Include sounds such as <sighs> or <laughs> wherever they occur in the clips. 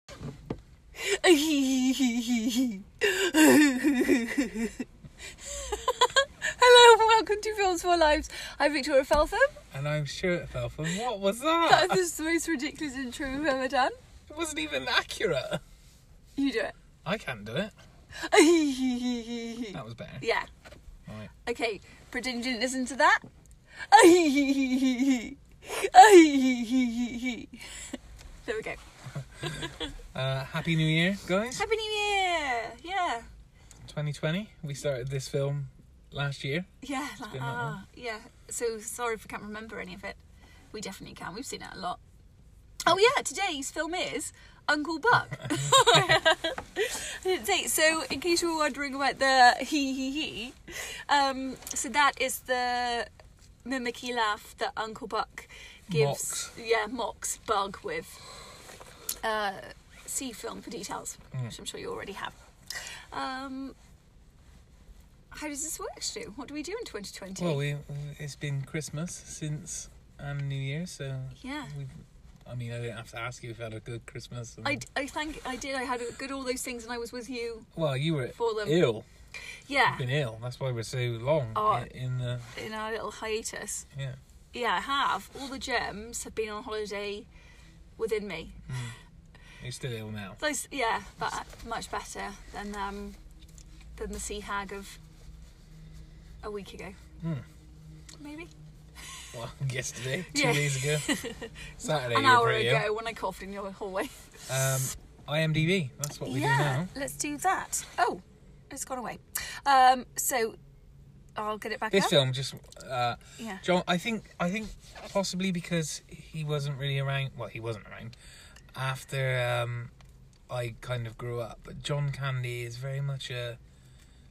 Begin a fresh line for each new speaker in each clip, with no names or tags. <laughs> Hello and welcome to Films for Lives. I'm Victoria Feltham.
And I'm Stuart Feltham. What was
<laughs>
that?
That is the most ridiculous intro we've ever done.
It wasn't even accurate.
You do
I can't do it.
it. <laughs>
That was better.
yeah.
Right.
Okay. Pretend you didn't listen to that. <laughs> there we go.
Uh, Happy New Year, guys.
Happy New Year! Yeah.
2020. We started this film last year.
Yeah, like,
been that
ah, yeah. So sorry if we can't remember any of it. We definitely can. We've seen it a lot. Oh yeah, today's film is Uncle Buck. <laughs> I didn't say. So in case you were wondering about the he he he, um, so that is the mimicky laugh that Uncle Buck gives.
Mocks.
Yeah, mocks Bug with. Uh, see film for details, which I'm sure you already have. Um, how does this work, Stu? What do we do in 2020?
Well, we it's been Christmas since and New Year, so
yeah.
we've. I mean, I didn't have to ask you if you had a good Christmas. and-
I, I think I did. I had a good all those things, and I was with you.
well, you were
For them.
ill.
Um, Yeah,
You've been ill. That's why we're so long
Oh.
i- in the
in our little hiatus.
yeah.
Yeah, I have. All the gems have been on holiday within me.
You're still ill now.
Those, yeah, but much better than um, than the sea hag of a week ago.
Hmm.
Maybe
Well, <laughs> yesterday, two
Yeah.
days
<laughs>
ago, Saturday,
an
you were
hour
pretty ill.
ago when I coughed in your hallway.
Um, IMDb. That's what we do
yeah,
now.
let's do that. Oh, it's gone away. Um, so I'll get it back
This
up.
film just uh,
Yeah.
John. I think I think possibly because he wasn't really around. Well, he wasn't around after um, I kind of grew up. But John Candy is very much a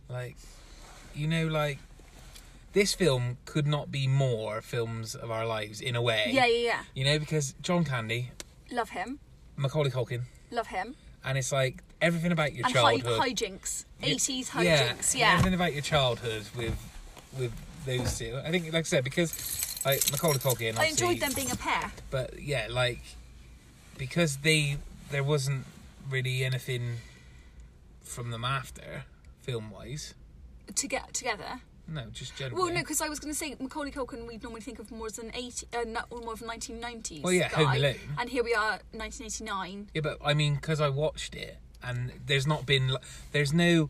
like, you know, like this film could not be more films of our lives in a way.
Yeah, yeah,
You know, because John Candy,
yeah. Love him.
Macaulay Culkin,
Love him.
and it's like everything about your
And hi-
childhood.
hijinks. 80s
Yeah,
hijinks, yeah.
Everything about your childhood with with those two. I think, like I said, because like Macaulay
I
Culkin, obviously,
enjoyed them being a pair.
But yeah, like because they there wasn't really anything from them after film wise.
to get together.
No, just generally.
Well, no, because I was going to say Macaulay Culkin. We would normally think of more as an eighty, uh, no- or more of a nineteen nineties.
Well, yeah,
guy.
Home Alone.
And here we are, nineteen eighty nine.
Yeah, but I mean, because I watched it, and there's not been, l- there's no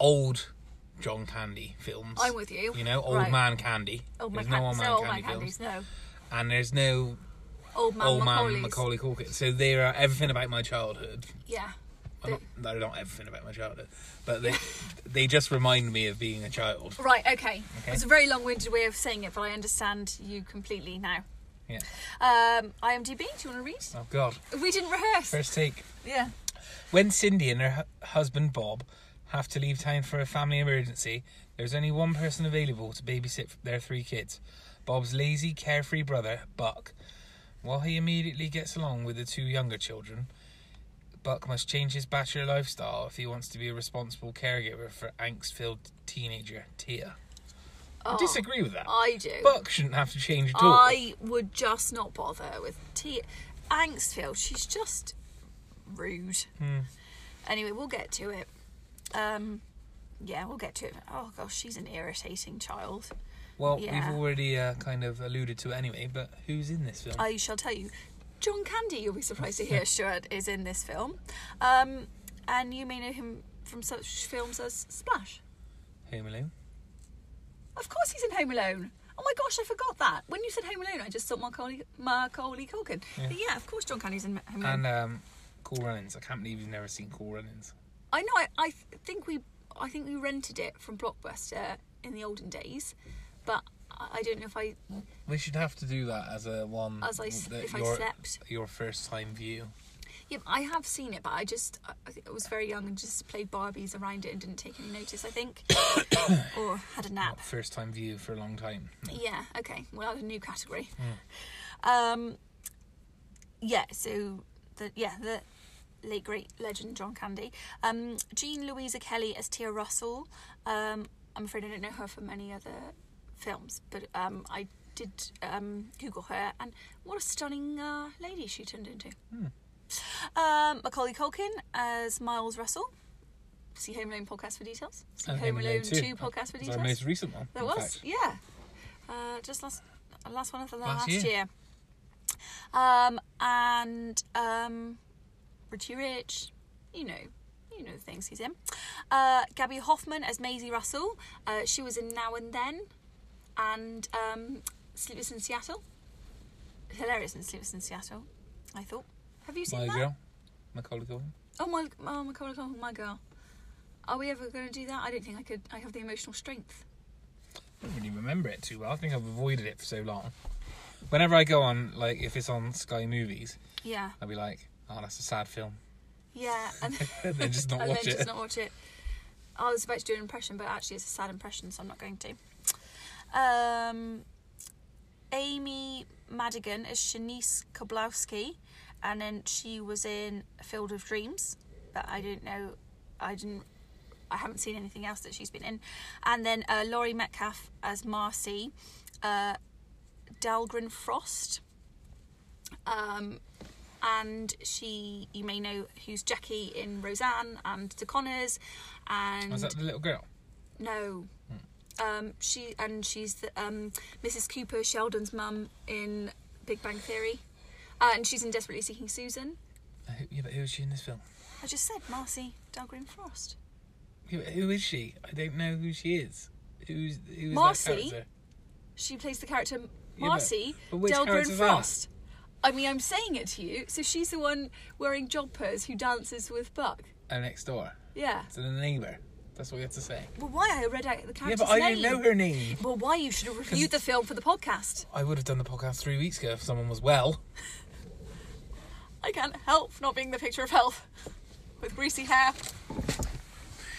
old John Candy films.
I'm with you.
You know, old
Right. Oh,
man Candy.
Old
there's
man, Can-
no old man
no, old
Candy
man
films,
candies, no.
and there's no
Old man,
old
Macaulay's.
man Macaulay Culkin. So they are everything about my childhood.
Yeah,
Well, not, no, not everything about my childhood, but they they just remind me of being a child.
right. Okay.
Okay.
it's a very long winded way of saying it, but I understand you completely now.
Yeah.
Um, IMDb. Do you want to read?
Oh God.
We didn't rehearse.
First take.
Yeah.
When Cindy and her hu- husband Bob have to leave town for a family emergency, there's only one person available to babysit their three kids Bob's lazy, carefree brother, Buck. While he immediately gets along with the two younger children, Buck must change his bachelor lifestyle if he wants to be a responsible caregiver for angst filled teenager Tia.
Oh, Oh,
I disagree with that.
I do.
Buck shouldn't have to change at all.
I would just not bother with T. Angstfield, she's just rude.
Hmm.
Anyway, we'll get to it. Um, yeah, we'll get to it. Oh gosh, she's an irritating child.
well,
yeah.
we've already uh, kind of alluded to it anyway, but who's in this film?
I shall tell you. John Candy, you'll be surprised to
<laughs>
hear, Stuart, is in this film. Um, and you may know him from such films as Splash.
Home Alone?
Of course he's in Home Alone. Oh my gosh, I forgot that. When you said Home Alone, I just thought Macaulay, Macaulay Culkin.
Yeah.
But yeah, of course John Candy's in Home Alone.
And um, Cool Runnings. I can't believe you've never seen Cool Runnings.
I know. I, I th- think we, I think we rented it from Blockbuster in the olden days, but I I don't know if I,
We should have to do that as a one.
As I s-
that
if I
your,
slept.
Your first time view.
yeah, I have seen it, but I just, I- I think I was very young and just played Barbies around it and didn't take any notice. I think, <coughs> or had a nap.
Not first time view for a long time.
Yeah. Okay. Well, that's a new category. Um. Yeah. So the yeah the late great legend John Candy, um, Jean Louisa Kelly as Tia Russell. Um, I'm afraid I don't know her from any other films, but um, I did um Google her, and what a stunning uh, lady she turned into. Um, Macaulay Culkin as Miles Russell. See Home Alone podcast for details. See Home, Alone 2 podcast for
It's our
details.
most recent one.
There
in
was,
fact.
yeah. Uh, just last last one of the
Last
last,
year.
year. Um, and um, Richie Rich, you know, you know the things he's in. Uh, Gabby Hoffman as Maisie Russell. Uh, she was in Now and Then, and um, Sleepless in Seattle. Hilarious in Sleepless in Seattle. I thought. Have you seen
My
that?
girl, Macaulay Culkin.
Oh my! Oh my God! Oh my girl. Are we ever going to do that? I don't think I could. I have the emotional strength.
I don't really remember it too well. I think I've avoided it for so long. Whenever I go on, like if it's on Sky Movies,
Yeah.
I'll be like, "Oh, that's a sad film," <laughs>
Yeah. And
and then just
<laughs>
not
and
watch
then
it.
just not watch it. I was about to do an impression, but actually it's a sad impression, so I'm not going to. Um, Amy Madigan is Shanice Koblowski, and then she was in A Field of Dreams, but I don't know, I didn't, I haven't seen anything else that she's been in. And then uh, Laurie Metcalf as Marcy, uh, Dalgren Frost, um, and she you may know who's Jackie in Roseanne and The Connors, and
Was that the little girl?
no, um, she and she's the, um, Mrs. Cooper Sheldon's mum in Big Bang Theory, uh, and she's in Desperately Seeking Susan.
Uh, who- Yeah, but who is she in this film?
I just said Marcy Dalgreen Frost.
Yeah, but Who is she? I don't know who she is. Who's who is
Marcy?
that character?
She plays the character
but-
Marcy
but which character's
Delgren
that?
Frost. I mean, I'm saying it to you. So she's the one wearing jodhpurs who dances with Buck.
Oh, next door.
Yeah.
It's the neighbour. That's what we have to say.
Well, why I read out the
yeah,
character's
but I
name.
didn't know her name.
Well, why you should have reviewed the film for the podcast.
I would have done the podcast three weeks ago if someone was well.
I can't help not being the picture of health with greasy hair.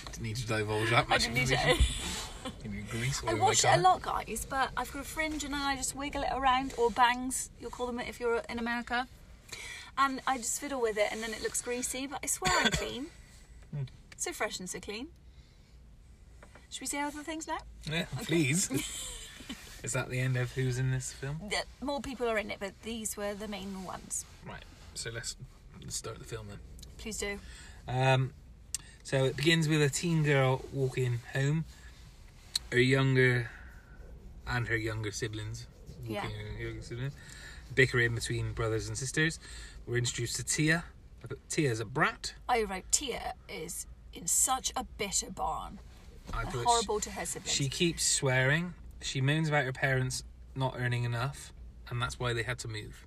Didn't need to divulge that
I
much
didn't need
information.
it.
Give me grease all
I
over
wash
my
it a
car.
lot, guys, but I've got a fringe and then I just wiggle it around or bangs. You'll call them it if you're in America. And I just fiddle with it, and then it looks greasy, but I swear I'm clean.
Hmm.
so fresh and so clean. Should we see other things now?
Yeah, please.
<laughs>
is that the end of who's in this film?
Yeah, More people are in it, but these were the main ones.
Right. So let's, let's start the film then.
Please do.
Um, so it begins with a teen girl walking home. Her younger and her younger siblings, walking
Yeah.
her younger siblings, bickering between brothers and sisters. We're introduced to Tia. Tia's a brat.
I wrote Tia is in such a bitter barn.
I
and
put
horrible to her siblings.
She keeps swearing. She moans about her parents not earning enough, and that's why they had to move.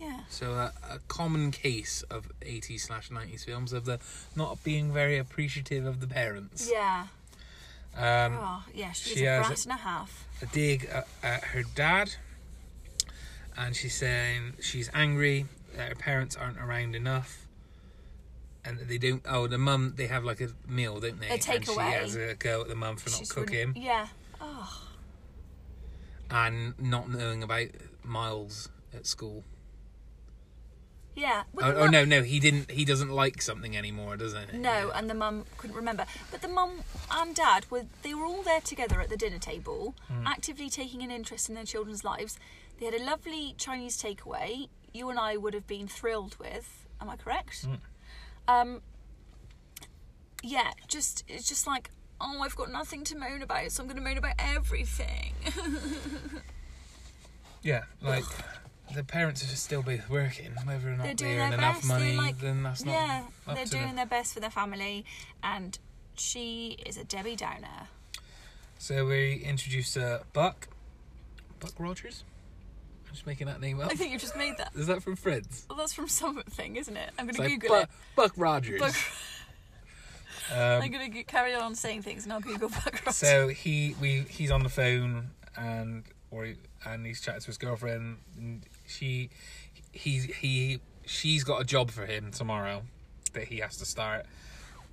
yeah.
So a, a common case of 80s slash 90s films of the not being very appreciative of the parents.
Yeah.
Um,
Oh, yeah, she's
she
a
has
brat
a-
and a half.
a dig at, at her dad, and she's saying she's angry that her parents aren't around enough, and that they don't. Oh, the mum they have like a meal, don't they?
A takeaway.
And she has a go at the mum for not
She's really-
cooking
yeah. Oh,
and not knowing about Miles at
<laughs>
school.
yeah. But
Oh,
the
oh
mum-
no, no, he didn't. He doesn't like something anymore, does he?
No, and the mum couldn't remember. But the mum and dad were they were all there together at the dinner table,
Hmm.
actively taking an interest in their children's lives. They had a lovely Chinese takeaway. You and I would have been thrilled with. Am I correct?
Hmm.
Um, yeah, just it's just like oh, I've got nothing to moan about, so I'm going to moan about everything.
Yeah, like the parents are still both working, whether or not
They're
they
doing
earn
their
enough
best.
money.
they're like,
then that's not.
yeah,
up
they're
to them.
doing their best for their family, and she is a Debbie Downer.
So we introduce uh, Buck. Buck Rogers? I'm just making that name up.
I think you just made that.
Is that from Friends?
Well, that's from <laughs> something, isn't it? I'm
It's
gonna
like,
Google
Buck,
it.
Buck Rogers.
Buck- I'm
um,
gonna go- carry on saying things, and I'll Google <laughs> Buck Rogers.
so he we he's on the phone and or and he's chatting to his girlfriend and she he he she's got a job for him tomorrow that he has to start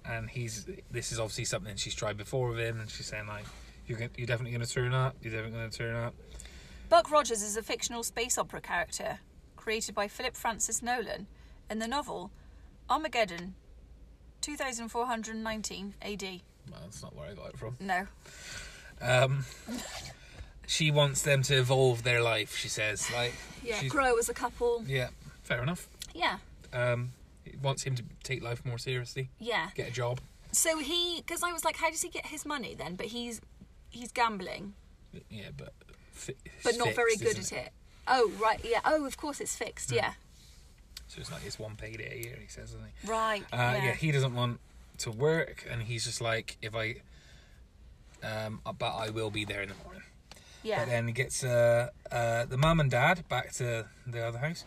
and he's this is obviously something she's tried before with him and she's saying like you're gonna, you're definitely gonna turn up you're definitely gonna turn up
Buck Rogers is a fictional space opera character created by Philip Francis Nolan in the novel Armageddon, 2419 AD.
well, that's not where I got it from
No,
Um, she wants them to evolve their life. She says, like,
yeah,
she's-
grow as a couple.
yeah, fair enough.
Yeah,
um, it wants him to take life more seriously,
Yeah.
get a job.
So he, because I was like, how does he get his money then? But he's he's gambling,
Yeah, but fi- it's
but not very
fixed,
good at
isn't Hmm.
it? Oh right, yeah. Oh, of course it's fixed. Yeah.
So it's like it's one payday a year. He says, isn't he?
Right.
Uh, yeah. he doesn't want to work, and he's just like, if I, um, but I will be there in the morning.
yeah.
But then he gets uh, uh, the mum and dad back to the other house.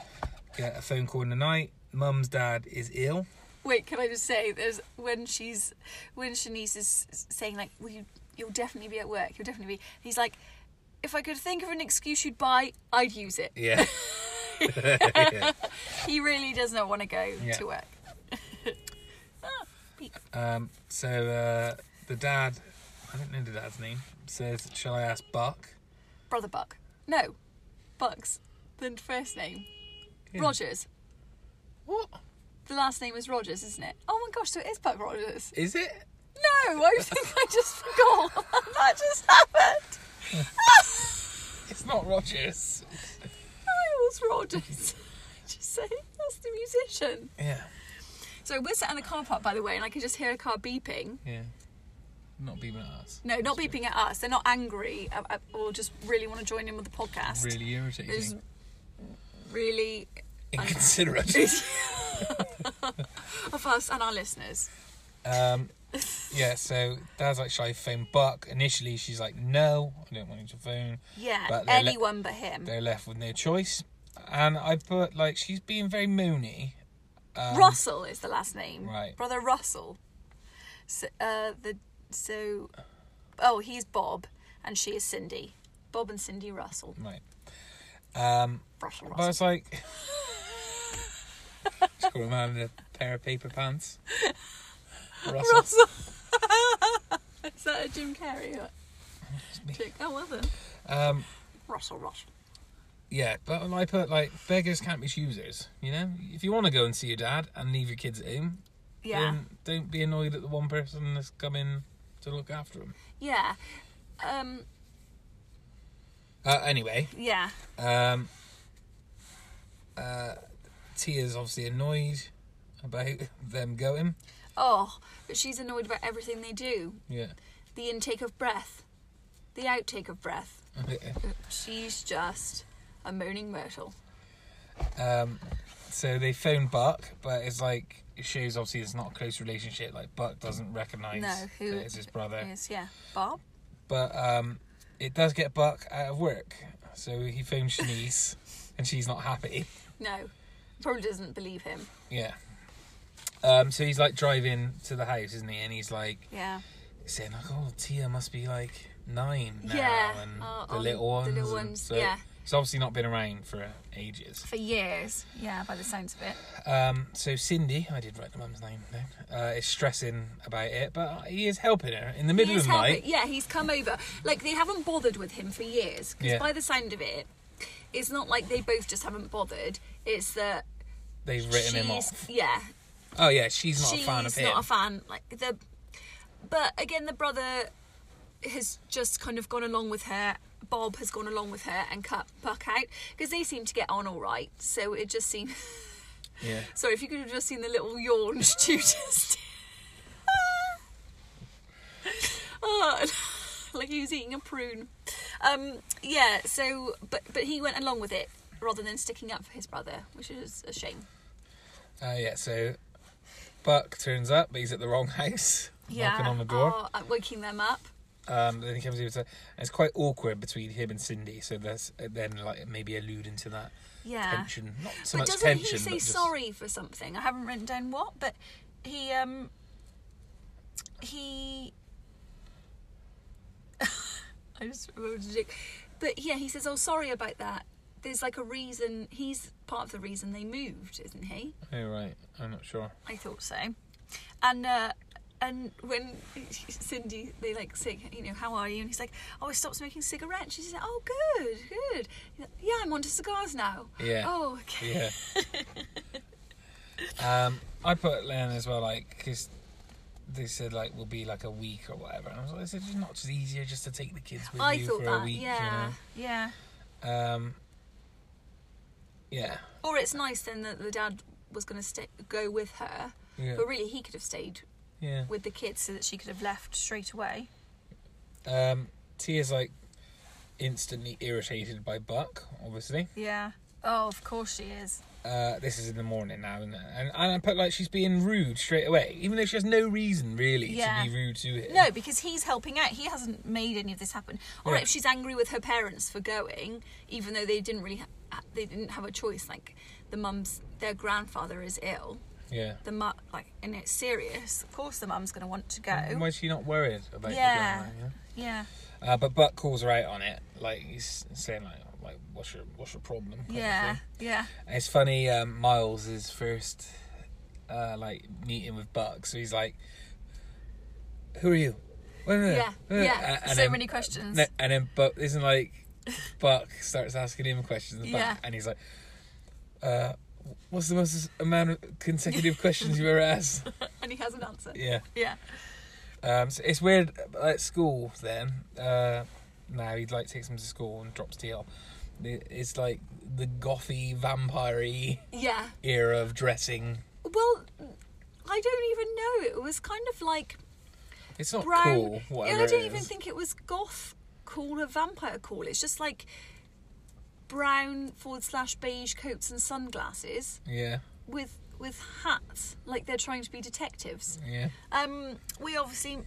Get a phone call in the night. Mum's dad is ill.
Wait, can I just say there's when she's when Shanice is s- saying like, well, you, you'll definitely be at work. You'll definitely be. He's like, if I could think of an excuse you'd buy, I'd use it.
<laughs> Yeah.
He really does not want to go
Yeah.
to work. Ah, peep.
Um, so uh, the dad, I don't know the dad's name, says, "Shall I ask Buck?"
Brother Buck. No, Bucks. The first name
Yeah.
Rogers.
What
The last name is Rogers, isn't it? Oh my gosh, so it is Buck Rogers.
is it?
No,
<laughs>
I think I just forgot. <laughs> that just happened.
It's not Rogers.
I was Rogers. <laughs> just say that's the musician.
Yeah.
So we're sat in the car park, by the way, and I can just hear a car beeping.
Yeah. Not beeping at us.
No, not beeping at us. They're not angry uh, uh, or just really want to join in with the podcast.
Really irritating.
It's really
<laughs> Inconsiderate.
of us and our listeners.
Um, yeah, so dad's like, shall I phone Buck? Initially, she's like, no, I don't want him to phone.
Yeah,
But they're le-
anyone but him.
They're left with no choice. And I put, like, she's being very moony. Um,
Russell is the last name.
Right.
Brother Russell. So, uh, the so, oh, he's Bob, and she is Cindy. Bob and Cindy Russell.
Right. Um,
Russell
but
Russell. <laughs>
it's like, just call him out in a pair of paper pants. Russell.
Russell. is that a Jim Carrey
me.
trick? Oh well then.
Um,
Russell Russell.
yeah, but I put, like, beggars can't be choosers, you know? If you want to go and see your dad and leave your kids at home,
Yeah.
then don't be annoyed at the one person that's come in to look after them.
Yeah. Um.
Uh, anyway,
Yeah.
Um, uh, Tia's obviously annoyed about <laughs> them going.
Oh, but she's annoyed about everything they do. <laughs>
Yeah. <laughs>
The intake of breath, the outtake of breath. She's just a moaning myrtle.
um, so they phone Buck, but it's like it shows obviously it's not a close relationship. Like Buck doesn't recognise
No, who
that it's his brother,
Yes, yeah. Bob.
but um, it does get Buck out of work. So he
<laughs>
phones Shanice, and she's not happy.
No, probably doesn't believe him.
Yeah. Um, so he's like driving to the house, isn't he? And he's like,
Yeah.
saying like, "Oh, Tia must be like nine now,
Yeah,
and
uh,
the
um,
little ones."
the little
and
ones,
so
yeah.
It's obviously not been around for ages.
For years. Yeah, by the sounds of it.
Um, so Cindy, I did write the mum's name down, uh, is stressing about it, but he is helping her in the middle
He's
of the
helping.
night.
Yeah, he's come over. Like they haven't bothered with him for years. Because
Yeah.
by the sound of it, it's not like they both just haven't bothered. It's that
They've written him
she's-
off.
Yeah,
Oh yeah, she's not
she's
a fan of him.
not a fan. Like the, but again, the brother has just kind of gone along with her. Bob has gone along with her and cut Buck out because they seem to get on all right. So it just seems.
yeah.
<laughs> Sorry, if you could have just seen the little yawn <laughs> Stu just. oh, <laughs> like he was eating a prune. Um, yeah. So, but but he went along with it rather than sticking up for his brother, which is a shame.
Uh, yeah. So Buck turns up, but he's at the wrong <laughs> house, knocking on the door.
Oh, uh, waking them up.
Um, then he comes over to, and it's quite awkward between him and Cindy. So that's then like maybe alluding to that
Yeah.
tension, not so
but
much
doesn't
tension.
he say
but just-
sorry for something? I haven't written down what, but he um he <laughs> I just wrote a joke. But yeah, he says, "Oh, sorry about that." There's like a reason. He's part of the reason they moved, isn't he?
Oh right, I'm not sure.
I thought so. And uh, and when <laughs> Cindy, they like say, you know, how are you? And he's like, oh, I stopped smoking cigarettes. She said, oh, good, good. He's like, yeah, I'm onto cigars now.
Yeah.
Oh, okay. <laughs>
Yeah. um, I put Len as well, like because they said like we'll be like a week or whatever, and I was like, is it not just easier just to take the kids with
I
you
thought
for
that.
a week?
yeah. Yeah.
You know? Um. Yeah.
Or it's nice then that the dad was going to stay go with her,
Yeah.
but really he could have stayed
Yeah.
with the kids so that she could have left straight away.
Um, T is like instantly irritated by Buck, obviously.
Yeah. Oh, of course she is.
Uh, this is in the morning now, isn't it? And, and I put like she's being rude straight away, even though she has no reason really
Yeah.
to be rude to him.
No, because he's helping out. He hasn't made any of this happen. Or
Yeah.
if she's angry with her parents for going, even though they didn't really, ha- they didn't have a choice. Like the mum's, their grandfather is ill.
Yeah.
The mum, like, and it's serious. Of course, the mum's going to want to go.
Why is she not worried about
Yeah.
the grandma?
Yeah,
Yeah. Uh, but Buck calls her out on it, like he's saying like, like what's your what's your problem? kind of
yeah,
thing.
yeah.
And it's funny. Um, Miles is first, uh, like meeting with Buck, so he's like, "Who are you?"
Yeah, yeah.
A-
So many questions.
ne- And then Buck isn't like Buck starts asking him questions, back,
Yeah.
and he's like, uh, "What's the most uh, amount of consecutive questions you've ever asked?" <laughs>
And he has an answer.
Yeah.
Yeah.
Um, so it's weird uh, at school then. Uh, now he like takes him to school and drops TL. It's like the gothy vampire
Yeah.
era of dressing.
Well, I don't even know. It was kind of like
It's not
brown.
cool. Whatever
yeah, I don't
it
even
is.
think it was goth cool or vampire cool. It's just like brown forward slash beige coats and sunglasses
Yeah,
with with hats, like they're trying to be detectives.
yeah,
Um, we obviously,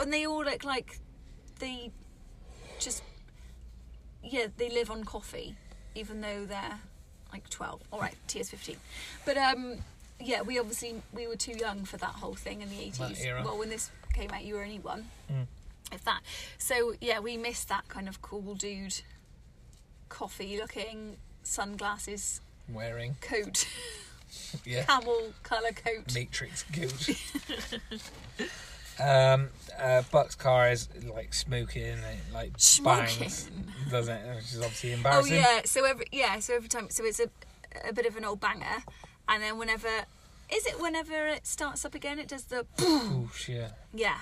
and they all look like they just yeah they live on coffee, even though they're like twelve. All right, Tia's fifteen, but um. Yeah, we obviously we were too young for that whole thing in the eighties.
era.
Well, when this came out, you were only one
Mm.
if that. So yeah, we missed that kind of cool dude, coffee looking, sunglasses,
wearing
coat, <laughs>
yeah
camel colour coat.
Matrix
<laughs>
guilt. um, uh, Buck's car is like smoking and it, like bangs,
Smoking.
doesn't it? Which is obviously
Oh
embarrassing.
yeah, so every yeah, so every time, so it's a a bit of an old banger, and then whenever, is it whenever it starts up again, it does the <laughs>
Oosh, yeah.
yeah.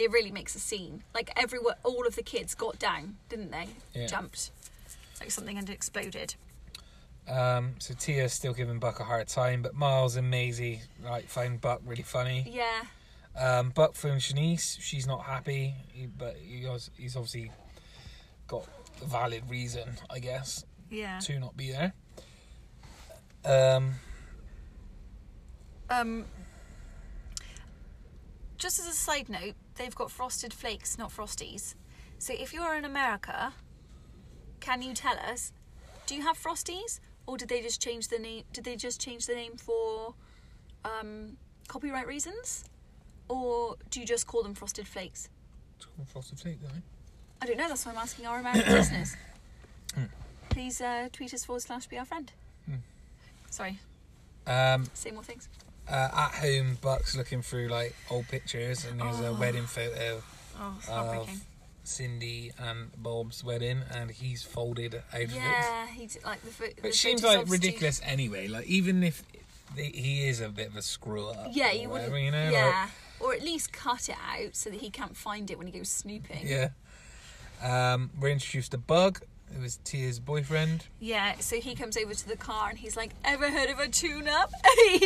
It really makes a scene. Like everyone, all of the kids got down, didn't they?
Yeah.
Jumped, like something had exploded.
Um, so Tia's still giving Buck a hard time, but Miles and Maisie like find Buck really funny.
Yeah,
Um, Buck phones Shanice. She's not happy, he- but he was, he's obviously got a valid reason, I guess,
yeah.
to not be there. Um,
Um, just as a side note, they've got frosted flakes, not frosties. So if you're in America, can you tell us? Do you have frosties, or did they just change the name? Did they just change the name for um, copyright reasons, or do you just call them frosted flakes?
frosted flake, don't I?
I don't know. That's why I'm asking our American listeners. Please uh, tweet us forward slash be our friend. Sorry,
Um,
say more things.
uh, at home, Buck's looking through like old pictures, and there's a
Oh.
wedding photo
Oh, it's
of
heartbreaking.
Cindy and Bob's wedding, and he's folded out of it.
Yeah, he did, like the. fo- the
Which seems
photos
like
of Steve-
ridiculous anyway. Like even if the, he is a bit of a screw up.
Yeah,
or
you
whatever,
wouldn't.
You know,
yeah, or at least cut it out so that he can't find it when he goes snooping.
Like, yeah. Um, we're introduced to Bug, who is Tia's boyfriend.
Yeah, So he comes over to the car and he's like, "Ever heard of a tune-up?" <laughs>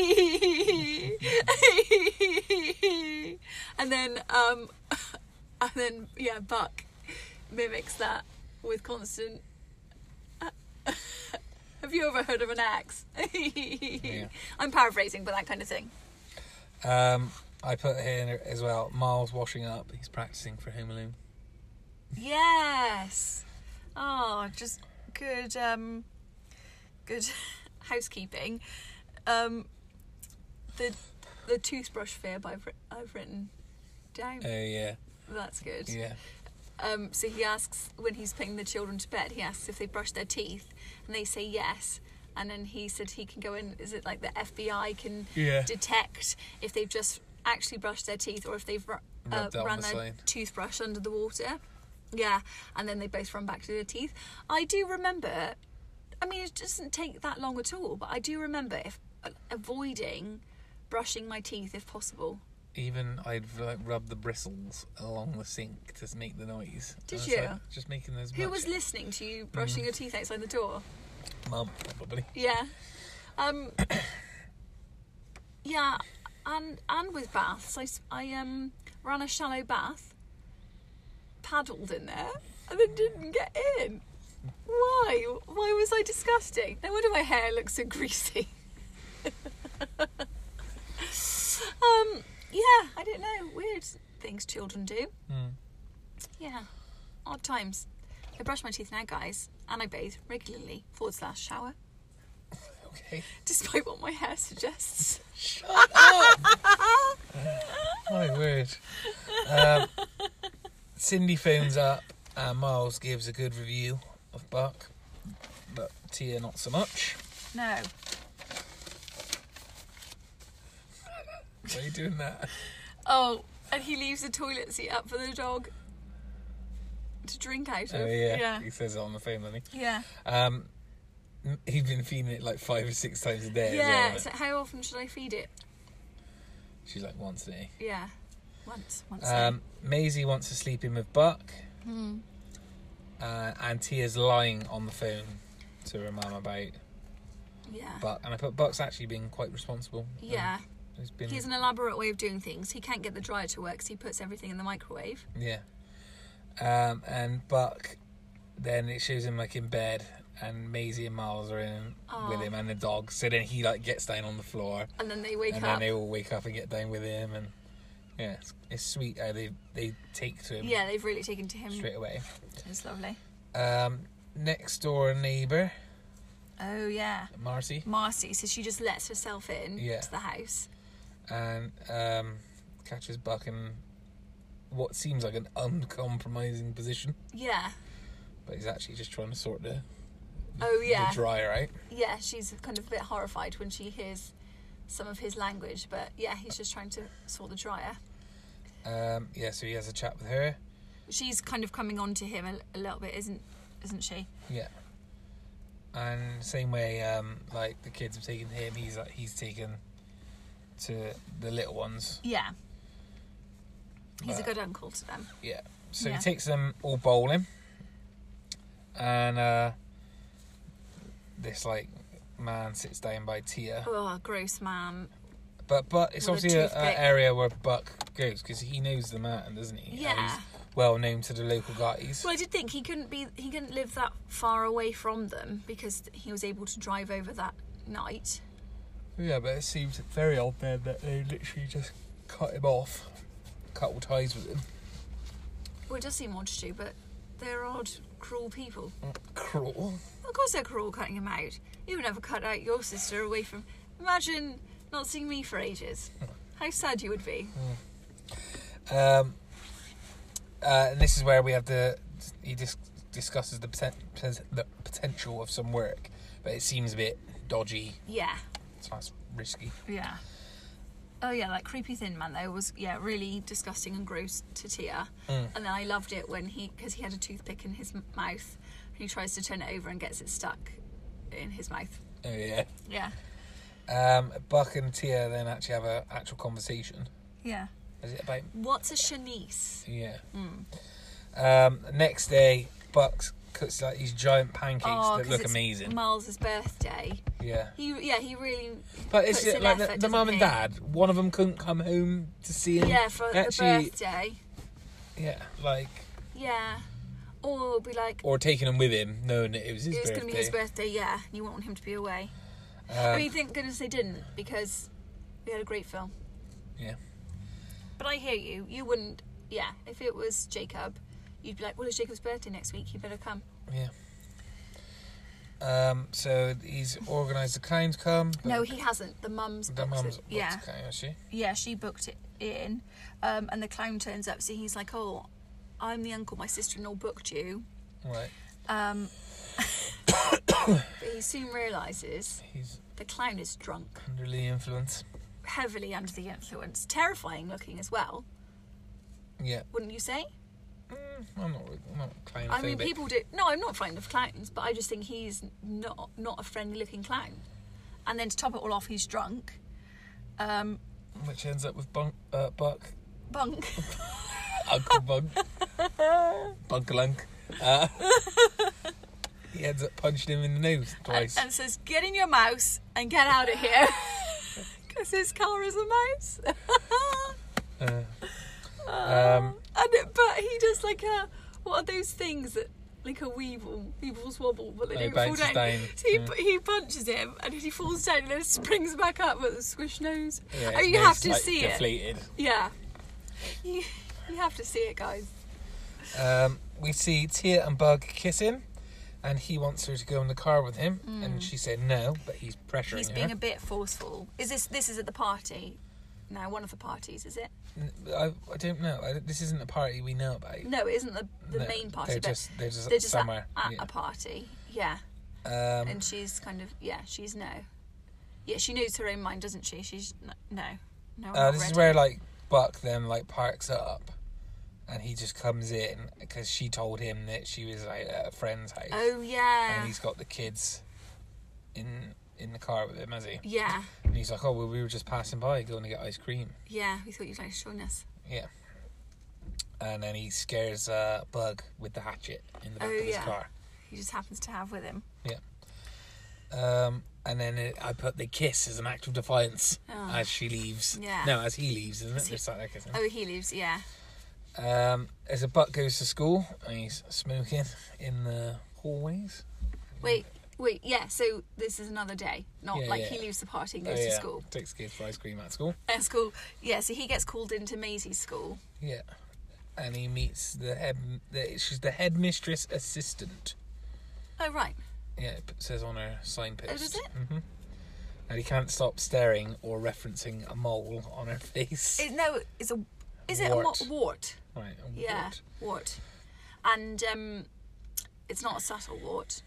and then, um, <laughs> and then, yeah, Buck mimics that with constant. <laughs> Have you ever heard of an axe? <laughs> I'm paraphrasing, but that kind of thing.
Um, I put here as well. Miles washing up. He's practicing for Home Alone.
Yes. Oh, just good um good <laughs> housekeeping. Um the the toothbrush fib I've wri- I've written down.
Oh yeah,
That's good.
yeah.
Um so he asks when he's putting the children to bed, he asks if they brush their teeth and they say yes. And then he said he can go in is it like the FBI can
Yeah.
detect if they've just actually brushed their teeth or if they've ru- uh,
Rubbed it on
run
the
their
side.
toothbrush under the water. Yeah, and then they both run back to their teeth. I do remember. I mean, it doesn't take that long at all, but I do remember if uh, avoiding brushing my teeth if possible.
Even I'd like rub the bristles along the sink to make the noise.
Did
I was
you?
like, just making those.
Who was listening to you
Mm.
brushing your teeth outside the door?
Mum probably.
Yeah. Um, <coughs> yeah, and and with baths, I, s- I, um ran a shallow bath, paddled in there, and then didn't get in. Why? Why was I disgusting? No wonder my hair looks so greasy. <laughs> um, yeah, I don't know. Weird things children do.
Mm.
Yeah, odd times. I brush my teeth now, guys, and I bathe regularly. Forward slash shower,
Okay.
despite what my hair suggests.
Shut up! My word. Um, Cindy phones up and Miles gives a good review of Buck, but Tia not so much.
No.
Why are you doing
<laughs>
that?
Oh, and he leaves the toilet seat up for the dog to drink out of.
Oh yeah.
yeah.
he says it on the phone, doesn't he?
Yeah.
Um, m- he's been feeding it like five or six times a day. as well,
Yeah,
hasn't
It's like, how often should I feed it?
it? she's like once a day.
Yeah. Once. Once. a day.
Um, Maisie wants to sleep in with Buck,
Hmm.
uh, and Tia's lying on the phone to her mum about
Yeah.
Buck. And I put Buck's actually been quite responsible. Um,
yeah.
he's been.
He has an elaborate way of doing things. He can't get the dryer to work because he puts everything in the microwave.
Yeah. Um, and Buck, then it shows him like in bed, and Maisie and Miles are in with
Aw.
him and the dog. So then he like gets down on the floor,
And then they wake
and
up.
then they all wake up and get down with him, and yeah, it's, it's sweet how they they take to him
yeah, they've really taken to him.
straight away.
It's lovely.
Um, next door neighbor
Oh, yeah.
Marcy
Marcy, so she just lets herself in
Yeah.
to the house.
and um, catches Buck in what seems like an uncompromising position,
Yeah.
but he's actually just trying to sort the,
Oh, yeah.
the dryer out.
yeah, she's kind of a bit horrified when she hears some of his language, but yeah, he's just trying to sort the dryer.
Um, yeah, so he has a chat with her.
She's kind of coming on to him a, a little bit, isn't isn't she?
Yeah. And same way, um, like the kids have taken him, he's like he's taken to the little ones.
Yeah. He's a
But-
good uncle to them.
Yeah. So
Yeah.
he takes them all bowling. And uh this like man sits down by Tia.
Oh, gross man.
But but it's
With a
obviously an
toothpick.
area where Buck goes because he knows the man, doesn't he? And
Yeah.
he's well known to the local guys.
Well, I did think he couldn't be he couldn't live that far away from them because he was able to drive over that night.
Yeah, but it seems very odd then that they literally just cut him off, cut all ties with him.
Well, it does seem odd to do, but they're odd, cruel people.
Cruel.
Of course they're cruel cutting him out. You would never cut out your sister away from. Imagine not seeing me for ages. How sad you would be.
Um, uh, and this is where we have the he dis- discusses the, poten- pos- the potential of some work, but it seems a bit dodgy.
Yeah,
So that's risky.
yeah. Oh yeah, that creepy thin man though was yeah really disgusting and gross to Tia.
Mm.
And then I loved it when he because he had a toothpick in his m- mouth and he tries to turn it over and gets it stuck in his mouth.
Oh yeah.
Yeah,
Um, Buck and Tia then actually have a actual conversation.
yeah.
Is it about
What's a Shanice?
yeah?
Hmm.
Um, next day, Buck cooks like these giant pancakes that
Oh, 'cause
look
it's
amazing.
Miles' birthday.
yeah.
He yeah he really.
But it's
puts
just
in
like
effort,
the, the
doesn't
mum and
he?
dad. One of them couldn't come home to see him.
Yeah, for
actually,
the birthday.
yeah, like
Yeah. Or be like,
or taking him with him, knowing that it was his
it was
birthday.
going to be his birthday, yeah, and you won't want him to be away. I
Um,
mean, thank goodness they didn't, because we had a great film.
yeah,
But I hear you. You wouldn't, yeah, if it was Jacob, you'd be like, well, it's Jacob's birthday next week, you better come.
yeah. Um, so he's organised the clowns come. but
No, he hasn't. The mum's
the
booked
mum's
it.
what's
Yeah.
the clown, is she?
Yeah, she booked it in, um, and the clown turns up, so he's like, oh, I'm the uncle, my sister in law booked you.
Right,
Um, <coughs> but he soon realises
he's
the clown is drunk.
under the influence.
heavily under the influence. Terrifying looking as well,
Yeah,
wouldn't you say?
Mm, I'm not, really- I'm not clown.
I mean, people do. No, I'm not fond of clowns, but I just think he's not not a friendly looking clown. And then to top it all off, he's drunk. Um,
which ends up with bunk, uh, Buck,
bunk. <laughs>
Uncle Bunk, Bunkalunk. Uh, he
<laughs>
ends up punching him in the nose
and, <laughs>
twice.
and says, "Get in your mouse and get out of here." Because his car is a mouse. <laughs>
Uh,
Um,
Um,
and it- but he does like a what are those things that like a weevil, weevils wobble, but they
They
don't fall
bounce
down.
down,
So he,
yeah.
he punches him, and he falls down, and then springs back up with a squish nose.
yeah,
oh,
his
you
nose
have
is,
to
like,
see it.
deflated.
Yeah, you, you have to see it, guys.
Um, we see Tia and Bug kissing, and he wants her to go in the car with him, and she said no, but he's pressuring
Mm. He's
her.
being a bit forceful. Is this this is at the party? No, one of the parties is it?
N- I, I don't know. I, this isn't a party we know about.
No, it isn't the, the
No,
main party.
They're
but
just they're just
they're just at,
somewhere.
at a party. Yeah.
yeah. um,
and she's kind of yeah she's no yeah she knows her own mind doesn't she she's n- no no I'm
uh,
not
this is
ready.
where like Buck then like parks up, and he just comes in because she told him that she was like at a friend's house,
oh yeah
and he's got the kids in in the car with him, has he?
yeah
And he's like, oh well, we were just passing by, going to get ice cream.
yeah we thought you'd like to join us
Yeah. And then he scares uh, Bug with the hatchet in the back
Oh,
of his
yeah.
car.
he just happens to have with him
Um, and then it, I put the kiss as an act of defiance
Oh.
as she leaves.
Yeah.
No, as he leaves, isn't it?
he-
They're sat there kissing.
oh he leaves yeah
Um, as a buck goes to school and he's smoking in the hallways.
wait wait yeah so this is another day not
Yeah, Oh,
like
yeah.
he leaves the party and goes to school
Takes the kids for ice cream at school.
at school yeah so he gets called into Maisie's school
Yeah. And he meets the head. The, she's the headmistress assistant.
oh right
Yeah, it p- says on her signpost.
Oh, does it?
hmm And he can't stop staring or referencing a mole on her <laughs> face.
it, no it's a is it
Wart.
a mo- wart
right. a
yeah
wart.
wart and um it's not a subtle wart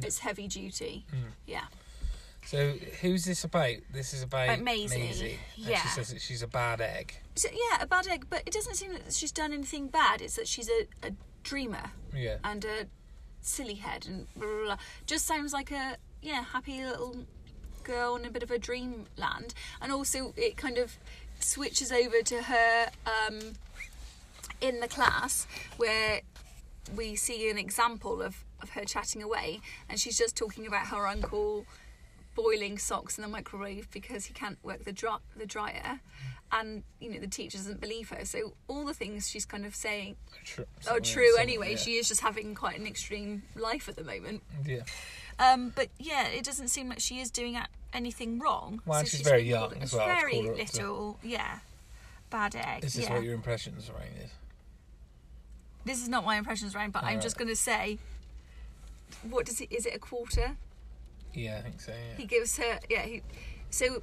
it's heavy duty yeah
So who's this about? This is about,
About Maisie.
And
Yeah.
she says that she's a bad egg.
So, yeah, a bad egg, but it doesn't seem that she's done anything bad. It's that she's a, a dreamer
Yeah.
and a silly head and blah, blah, blah. Just sounds like a, yeah, happy little girl in a bit of a dreamland. And also, it kind of switches over to her um, in the class where we see an example of, of her chatting away and she's just talking about her uncle boiling socks in the microwave because he can't work the dry, the dryer and you know the teacher doesn't believe her so all the things she's kind of saying
Tr-
are
something-
oh, true
something,
anyway
yeah.
she is just having quite an extreme life at the moment
Yeah.
um but yeah it doesn't seem like she is doing a- anything wrong
Well,
So
and she's very
being called-
young as
she's
well, it's
very
called her up to-
little yeah bad egg
This is
yeah.
what your impressions around it.
this is not my impressions round, but I'm
Alright.
just going to say, what does he? Is it a quarter?
Yeah, I think so. Yeah.
He gives her, yeah. He, so,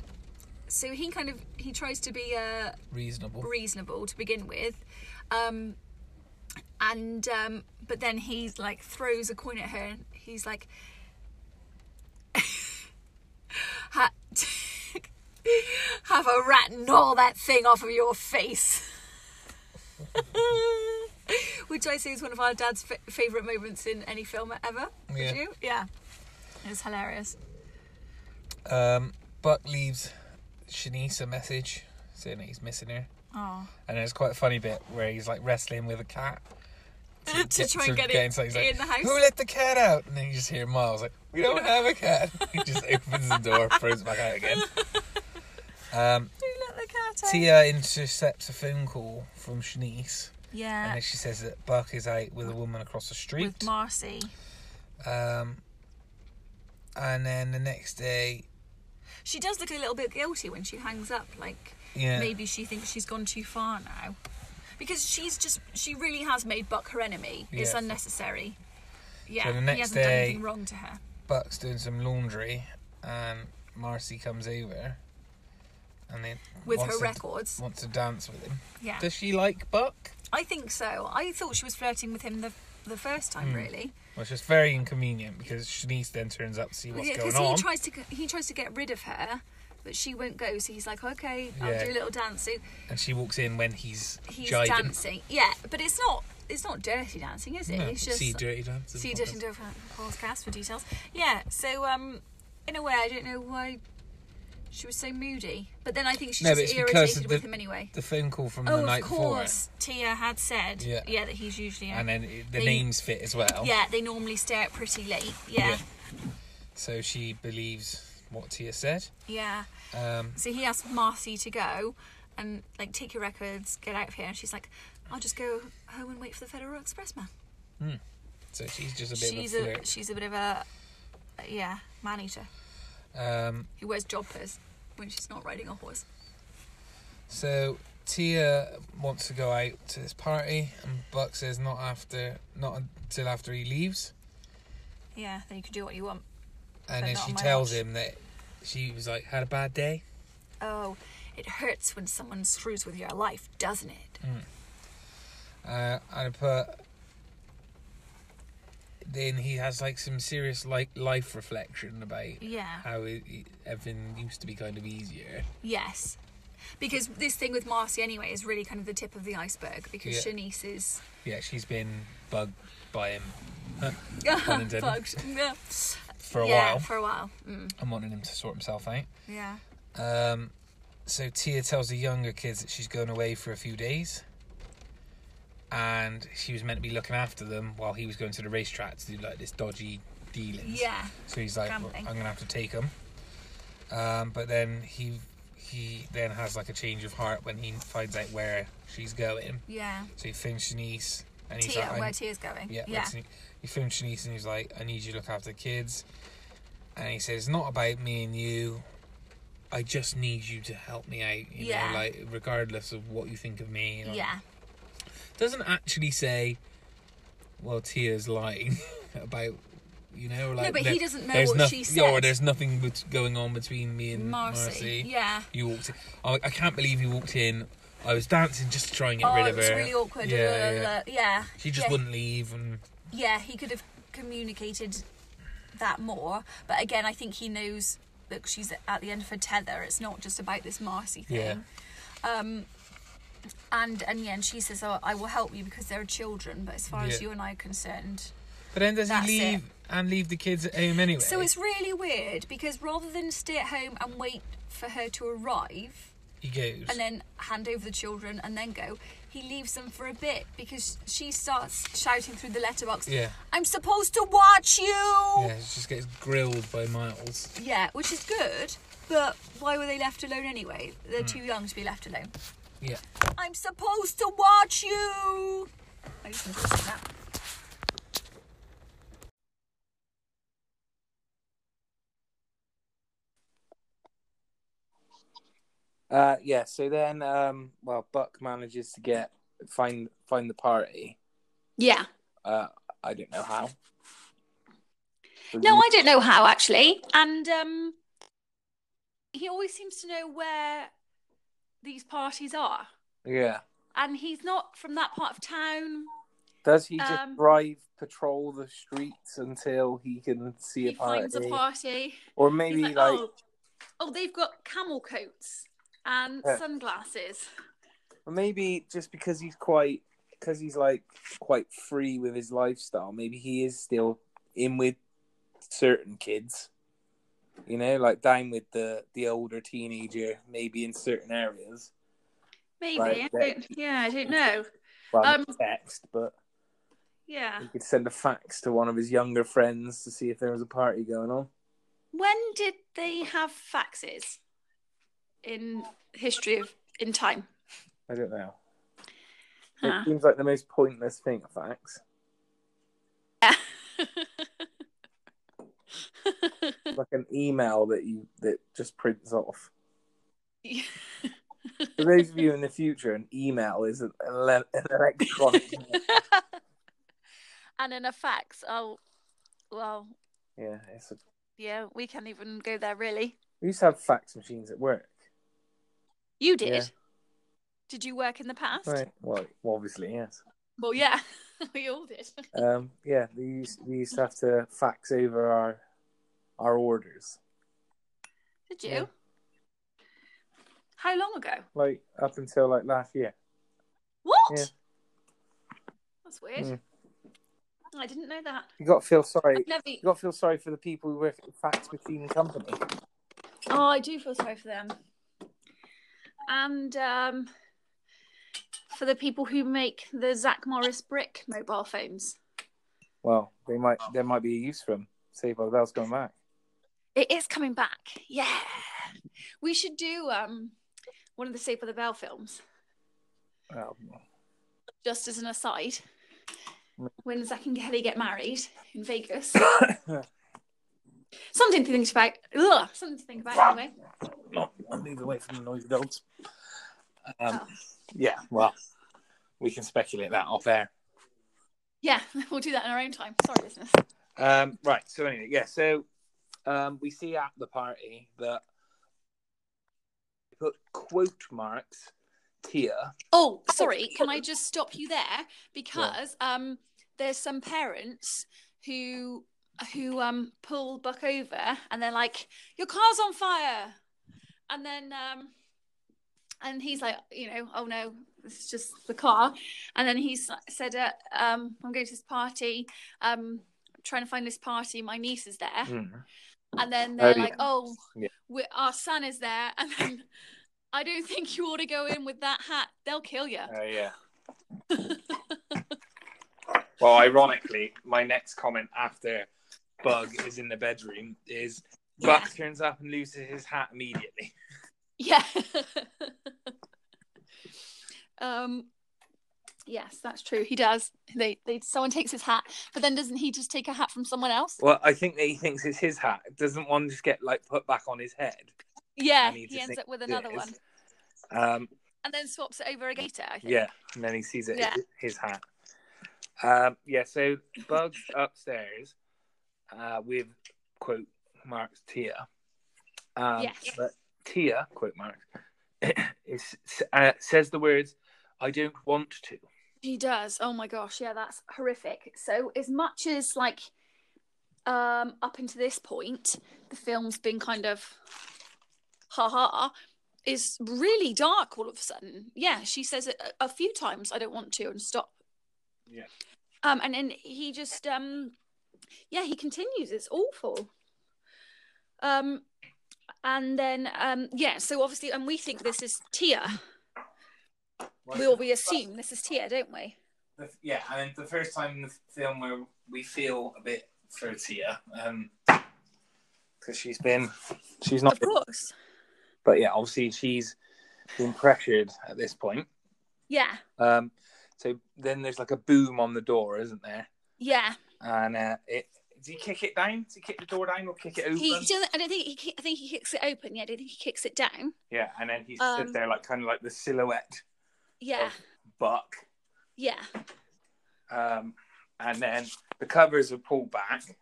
so he kind of he tries to be uh,
Reasonable.
reasonable to begin with, um, and um, but then he's like throws a coin at her. and He's like, <laughs> "Ha- <laughs> have a rat gnaw that thing off of your face. <laughs> Which I see is one of our dad's fa- favourite moments in any film ever. Would
Yeah.
you? Yeah. It was hilarious.
um, Buck leaves Shanice a message saying that he's missing her.
Oh.
And there's quite a funny bit where he's like wrestling with a cat.
<laughs> To, try and get, it
inside. He's like,
in the house.
Who let the cat out? And then you just hear Miles like, "We don't have a cat." <laughs> he just opens the door, throws it back out again. Um,
Who let the cat out?
Tia intercepts a phone call from Shanice, and
Yeah.
then she says that Buck is out with a woman across the street.
With Marcy.
um, and then the next day,
She does look a little bit guilty when she hangs up. Like,
yeah,
maybe she thinks she's gone too far now. Because she's just, she really has made Buck her enemy. It's
Yeah.
unnecessary. Yeah,
the
he
next
hasn't done
day-
anything wrong to her.
Buck's doing some laundry, and Marcy comes over, and then
With
wants
her
to-
records.
wants to dance with him.
Yeah.
Does she like Buck?
I think so. I thought she was flirting with him the the first time,
Hmm.
really.
Which is very inconvenient because Shanice then turns up to see what's
yeah,
going
he
on.
tries to he tries to get rid of her, but she won't go. So he's like, okay,
Yeah.
I'll do a little dance. So
and she walks in when he's,
he's
jiving.
dancing. Yeah, but it's not it's not dirty dancing, is it?
No,
it's just
see dirty dancing.
see dirty dancing. Podcast for details. Yeah. So um, in a way, I don't know why she was so moody, but then I think she's
No, but
just
it's because
irritated
of
with
the-
him anyway.
The phone call from
Oh,
the
of
night
course, Tia had said
Yeah.
that he's usually
before, and then it, the
They-
names fit as well.
yeah they normally stay out pretty late.
Yeah.
yeah.
So she believes what Tia said.
Yeah.
Um,
So he asked Marcy to go and like take your records, get out of here. And she's like, I'll just go home and wait for the Federal Express man.
so she's just a bit
She's
of a
a,
flirt.
she's a bit of a yeah man eater
Um,
who wears jumpers when she's not riding a horse.
So Tia wants to go out to this party, and Buck says not after, not until after he leaves.
Yeah, then you can do what you want. But
And then
not
she
on my
tells
watch.
him that she was like had a bad day.
Oh, it hurts when someone screws with your life, doesn't it?
Mm. Uh, and I put. Then he has like some serious like life reflection about
Yeah.
how it, it- everything used to be kind of easier.
Yes. Because this thing with Marcy anyway is really kind of the tip of the iceberg because
Yeah.
Shanice
<laughs>
is
Yeah, she's been bugged by him
<laughs>
intended.
bugged. Yeah.
for a
yeah,
while
for a while. Mm.
and wanted him to sort himself out.
Yeah.
Um, so Tia tells the younger kids that she's going away for a few days, and she was meant to be looking after them while he was going to the racetrack to do like this dodgy dealings.
Yeah.
So he's like, well, I'm
Gambling.
gonna have to take him. Um, but then he he then has like a change of heart when he finds out where she's going.
Yeah.
So he films Shanice, and he's
Tia,
like,
where
I'm-
Tia's going.
yeah, yeah. He filmed Shanice and he's like, I need you to look after the kids. And he says, Not about me and you. I just need you to help me out, you
Yeah.
know, like regardless of what you think of me. you know.
Yeah.
Doesn't actually say, well, Tia's lying <laughs> about, you know, like.
but he
there-
doesn't know
there's
what
noth-
she
yeah, Or
said.
there's nothing bet- going on between me and Marcy.
Marcy. Yeah.
You walked. In. I, I can't believe you walked in. I was dancing just to try and get
oh,
rid
it
of
was
her.
really awkward.
Yeah,
blah, blah,
yeah.
blah. yeah.
She just
yeah.
wouldn't leave, and
Yeah, he could have communicated that more. But again, I think he knows that she's at the end of her tether. It's not just about this Marcy thing.
yeah.
Um, and and yeah, and she says, oh, "I will help you because there are children." But as far
Yeah.
as you and I are concerned,
But then does
That's
he leave
it.
and leave the kids at home anyway?
so it's really weird because rather than stay at home and wait for her to arrive
he goes.
and then hand over the children and then go, he leaves them for a bit because she starts shouting through the letterbox,
yeah,
"I'm supposed to watch you!"
yeah, he just gets grilled by Miles.
Yeah, which is good, but why were they left alone anyway? They're too young to be left alone.
Yeah,
I'm supposed to watch you! I just need to listen to that.
Uh, yeah. So then, um, well, Buck manages to get find find the party.
Yeah.
Uh, I don't know how.
No, I don't know how actually. And um, he always seems to know where these parties are.
Yeah.
And he's not from that part of town.
Does he just
Um,
drive patrol the streets until he can see
He
a party,
finds a party.
or
He's
maybe
like,
like,
oh, oh, they've got camel coats and
Yeah.
sunglasses.
or maybe just because he's quite because he's like quite free with his lifestyle. Maybe he is still in with certain kids. You know, like down with the the older teenager, maybe in certain areas.
Maybe. I
Right, yeah.
don't, yeah, I don't know.
Well,
Um,
text, but
Yeah.
he could send a fax to one of his younger friends to see if there was a party going on.
When did they have faxes in history of in time?
I don't know.
Huh.
It seems like the most pointless thing, a fax. like an email that you that just prints off. For those of you in the future, an email is an, ele- an electronic. email.
<laughs> and in a fax, oh, well,
yeah, it's a,
yeah, we can't even go there really.
we used to have fax machines at work.
You did.
Yeah.
Did you work in the past?
Right. Well, obviously, yes.
Well, yeah, <laughs> we all did.
Um, yeah, we used, we used to have to fax over our our orders,
Did you?
Yeah.
How long ago?
like up until like last year.
What?
Yeah.
That's weird.
Mm.
I didn't know that.
You got to feel sorry.
I've never. e-
You got to feel sorry for the people who work at the fax machine company.
Oh, I do feel sorry for them. And um, for the people who make the Zach Morris brick mobile phones.
Well, they might there might be a use for them. Save while the bell's going back. It is coming back. Yeah. We should do um one of the Save by the Bell films.
Oh,
Just as an aside, when Zach and Kelly get married in Vegas. something to think about. Ugh, something to think about anyway.
no, I'll move away from the noisy dogs. Um,
Oh.
Yeah, well, we can speculate that off air.
Yeah, <laughs> we'll do that in our own time. Sorry, business.
Um, right. So anyway, yeah. So um, we see at the party that put quote marks Tia.
Oh, sorry. Can I just stop you there because um, there's some parents who who um pull Buck over and they're like, "Your car's on fire," and then um, and he's like, you know, "Oh no, it's just the car," and then he said, uh, um, "I'm going to this party." Um, trying to find this party my niece is there and then they're
Mm. Oh, yeah.
like oh
Yeah.
we our son is there <laughs> and then i don't think you ought to go in with that hat they'll kill you
Oh
<laughs>
yeah. well, ironically, my next comment after Bug is in the bedroom is
Yeah.
Buck turns up and loses his hat immediately.
Yeah. <laughs> um yes, that's true. He does. They they someone takes his hat, but then doesn't he just take a hat from someone else?
Well, I think that he thinks it's his hat. Doesn't one just get like put back on his head?
Yeah,
I need
he
to
ends
think
up with
it
another
is.
one.
Um,
And then swaps it over a gator, I think.
Yeah, and then he sees it
Yeah.
his- his hat. Um, yeah, so Bugs upstairs uh, with quote marks Tia. Um,
Yes.
But Tia quote marks <coughs> is, uh, says the words, "I don't want to."
He does. Oh my gosh, yeah, that's horrific. So as much as like um up into this point, the film's been kind of ha ha is really dark all of a sudden. Yeah, she says it a, a few times, I don't want to and stop.
Yeah.
Um and then he just um yeah, he continues. It's awful. Um and then um yeah, so obviously and we think this is Tia. We all we assume this is Tia, don't we?
yeah, I mean, the first time in the film where we feel a bit for Tia, because she's been, she's not,
Of course.
but yeah, obviously she's been pressured at this point.
Yeah.
Um, so then there's like a boom on the door, isn't there?
Yeah.
And uh, it does he kick it down? Does he kick the door down or kick it open?
He doesn't, I don't think he ki- I think he kicks it open. Yeah, I don't think he kicks it down.
Yeah, and then he
Um,
stood there like kind of like the silhouette
Yeah.
Oh. buck.
Yeah.
Um, and then the covers are pulled back to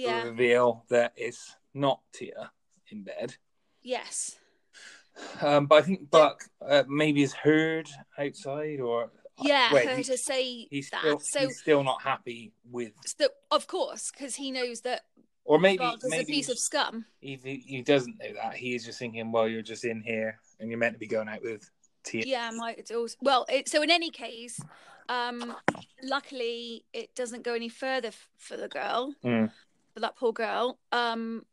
Yeah.
reveal that it's not Tia in bed.
Yes.
Um, but I think Buck uh, maybe is heard outside or
Yeah.
Uh, Wait,
for her
he-
to say
he's
that.
still
so,
he's still not happy with
so of course, because he knows that
or maybe
Bart is a
maybe
piece of scum.
he, he doesn't know that. He is just thinking, well, you're just in here and you're meant to be going out with Tia.
Yeah, my it's also, well. It, so in any case, um, luckily it doesn't go any further f- for the girl,
Mm.
for that poor girl, um,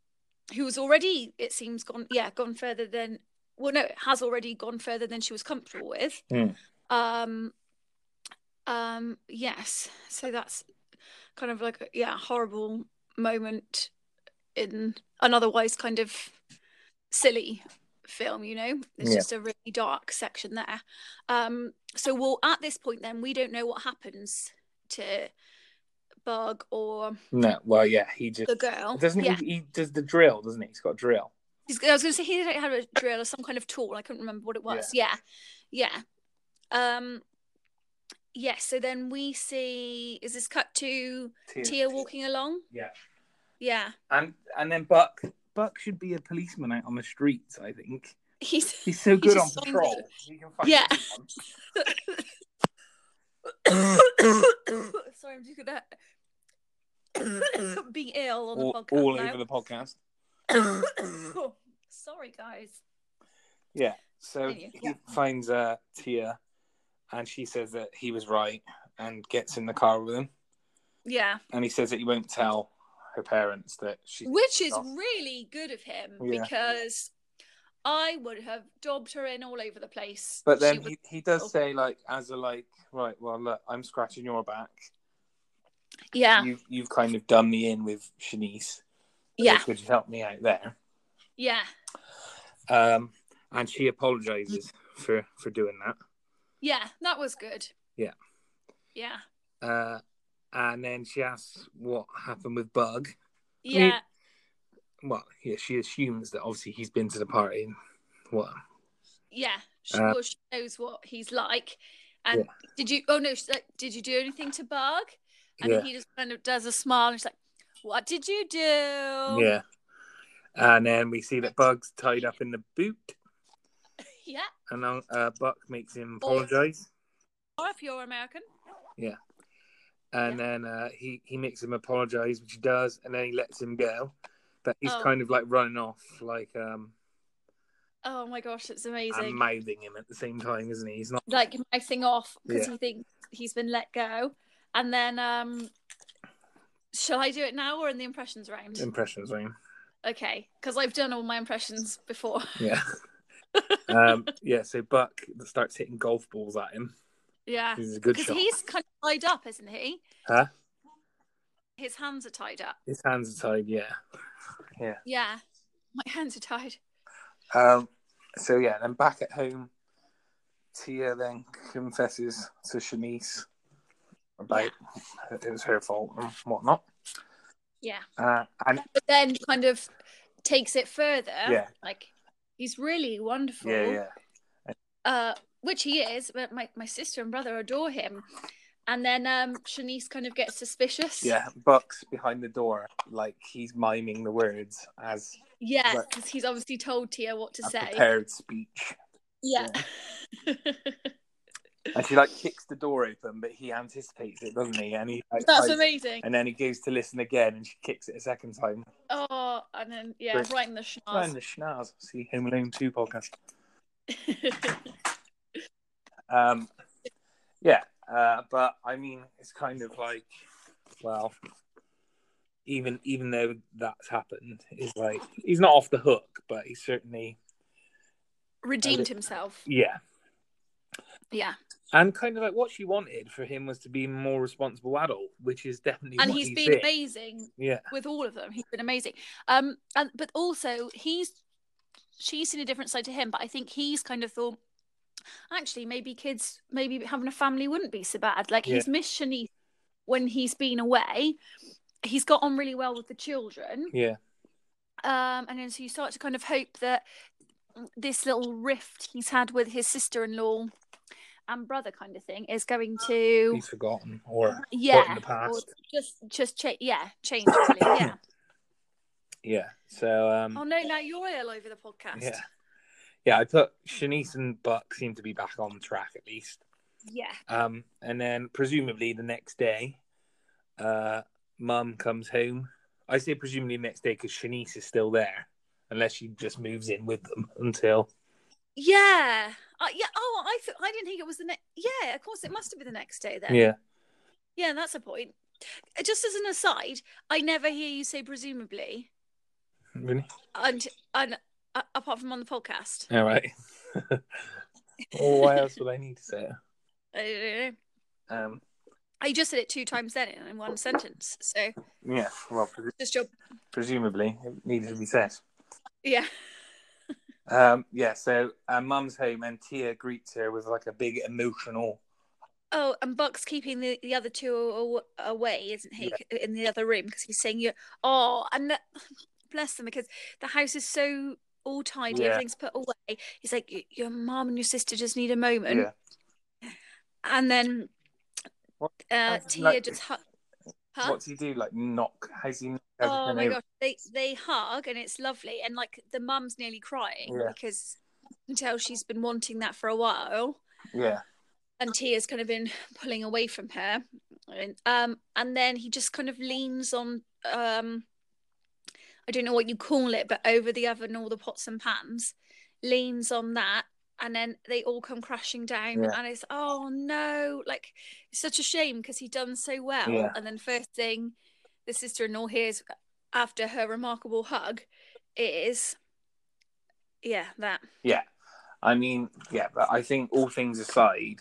who's already it seems gone. Yeah, gone further than well, no, has already gone further than she was comfortable with.
Mm.
Um, um, yes. So that's kind of like a, yeah, horrible moment in an otherwise kind of silly film you know it's
Yeah.
just a really dark section there um so well at this point then we don't know what happens to bug or
No, well, yeah, he just
the girl
doesn't.
yeah
He, he does the drill, doesn't he? He's got a drill.
He's- i was gonna say he didn't have a drill or some kind of tool i couldn't remember what it was yeah yeah, um yes so then we see is this cut to
Tia.
tia walking along
Yeah.
yeah
And and then Buck. Buck should be a policeman out on the streets. I think
he's <laughs>
he's so good on
just finds
patrol. He can find
Yeah. <laughs>
everyone.
Sorry, I'm just
<coughs>
gonna <coughs> be ill on the
all,
podcast.
all
now.
over the podcast.
Oh, <coughs> sorry, guys.
Yeah. So
Anyway,
he
yeah.
finds uh, Tia, and she says that he was right, and gets in the car with him.
Yeah,
And he says that he won't tell her parents that she.
which is
Oh.
really good of him
Yeah.
because I would have dobbed her in all over the place.
But
She
then
would-
he, he does
Oh.
say like as a like right well look I'm scratching your back
yeah,
you you've kind of done me in with Shanice
Yeah.
Could you help me out there?
Yeah.
Um, and she apologizes for for doing that.
Yeah. That was good.
Yeah.
Yeah.
Uh, and then she asks what happened with Bug.
Yeah.
mean- Well, yeah, she assumes that obviously he's been to the party. And what?
Yeah. She,
Uh,
well, she knows what he's like. And did you? Oh no. She's like, did you do anything to Bug? And
Yeah.
he just kind of does a smile and she's like, "What did you do?" Yeah.
Yeah. And then we see that Bug's tied up in the boot,
Yeah.
and uh, Buck makes him apologize.
Or if you're American.
And then uh, he he makes him apologize, which he does, and then he lets him go. But he's
Oh.
kind of like running off, like um,
Oh my gosh, it's
and
amazing.
mouthing him at the same time, isn't he? He's
<laughs>
not.
like mouthing off because
Yeah.
he thinks he's been let go. And then, um, shall I do it now or in the impressions round?
Impressions, right?
Okay, because I've done all my impressions before. <laughs>
Yeah. um, yeah, so Buck starts hitting golf balls at him.
Yeah,
This is a good
because
shot.
he's kind of tied up, isn't he?
Huh?
His hands are tied up.
His hands are tied, yeah.
Yeah, my <laughs> hands are tied.
Um, so, yeah, then back at home, Tia then confesses to Shanice about it was her fault and whatnot.
Yeah,
Uh, and
but then kind of takes it further.
Yeah.
like he's really wonderful.
yeah, yeah,
uh, which he is, but my, my sister and brother adore him. And then um, Shanice kind of gets suspicious.
yeah, Buck's behind the door, like he's miming the words as
Yeah,
Right.
because he's obviously told Tia what to
a
say.
prepared speech.
Yeah.
And she like kicks the door open, but he anticipates it, doesn't he? And he like,
<laughs> That's
hides-
amazing.
And then he goes to listen again, and she kicks it a second time.
Oh, and then, yeah,
Great.
right in the
Ryan
schnoz.
the Schnaz, see Home Alone 2 podcast. Um, yeah, uh, but I mean, it's kind of like, well, even even though that's happened, it's like he's not off the hook, but he's certainly,
<laughs> Redeemed
And it-
himself.
yeah.
Yeah.
And kind of like what she wanted for him was to be a more responsible adult, which is definitely
And
what
he's
he's
been
been.
amazing
Yeah,
with all of them. He's been amazing. Um, and but also he's she's seen a different side to him. But I think he's kind of thought, actually, maybe kids, maybe having a family wouldn't be so bad. Like
Yeah.
he's missed Shanice when he's been away. He's got on really well with the children,
yeah,
um, and then so you start to kind of hope that this little rift he's had with his sister-in-law and brother kind of thing is going to
he's forgotten or
yeah
in the
or
past.
just just cha- yeah change really,
<clears throat>
yeah
yeah. So, um,
Oh no, now you're all over the podcast.
yeah, yeah, I put Shanice and Buck seem to be back on track at least.
Yeah.
Um, and then presumably the next day, uh, mum comes home. I say presumably the next day because Shanice is still there, unless she just moves in with them until.
Yeah. Uh, yeah. Oh, I thought I didn't think it was the next. Yeah, of course it must have been the next day then.
Yeah.
Yeah, that's a point. Uh, Just as an aside, I never hear you say presumably,
Really?
and and uh, apart from on the podcast.
All right. <laughs> well, why else would I need to say it?
I don't know.
Um,
Uh, I just said it two times then in one sentence. So
yeah. Well, pre-
just your
presumably it needed to be said.
yeah.
Um, yeah. So uh, mum's home and Tia greets her with like a big emotional.
Oh, and Buck's keeping the, the other two aw- away, isn't he? In the other room because he's saying you. Oh, and the, <sighs> bless them because the house is so all tidy,
Yeah.
everything's put away. He's like, "Y- your mum and your sister just need a moment,
Yeah.
and then
What-
uh,
that's
Tia
like-
just hu- huh?
What does he do? Like knock? How's he? knock
Oh
everything
my
over?
gosh, they they hug and it's lovely, and like the mum's nearly crying
Yeah.
because you can tell she's been wanting that for a while.
Yeah.
and Tia's kind of been pulling away from her, and um, and then he just kind of leans on um, I don't know what you call it, but over the oven, all the pots and pans, leans on that, and then they all come crashing down,
Yeah.
and it's oh no, like it's such a shame because he done so well,
Yeah.
and then first thing the sister-in-law hears after her remarkable hug is yeah that
Yeah, I mean, yeah, but I think all things aside,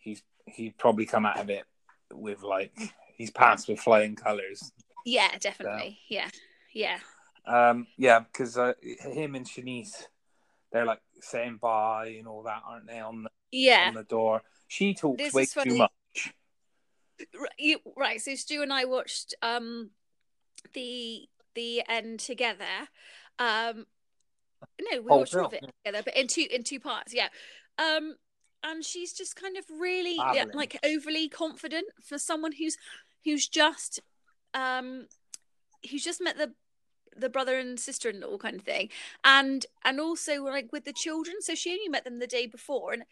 he's he probably come out of it with like he's passed with flying colours.
yeah definitely yeah yeah
Um, yeah, because uh, him and Shanice, they're like saying bye and all that, aren't they? On the,
Yeah.
on the door, she talks
This
way
is funny.
too much.
R- you- right so stu and i watched um the the end together um no we
Oh,
watched all of
film,
it together but in two in two parts yeah um and she's just kind of really yeah,
Babbling.
like overly confident for someone who's who's just um who's just met the the brother and sister-in-law kind of thing and and also like with the children so she only met them the day before and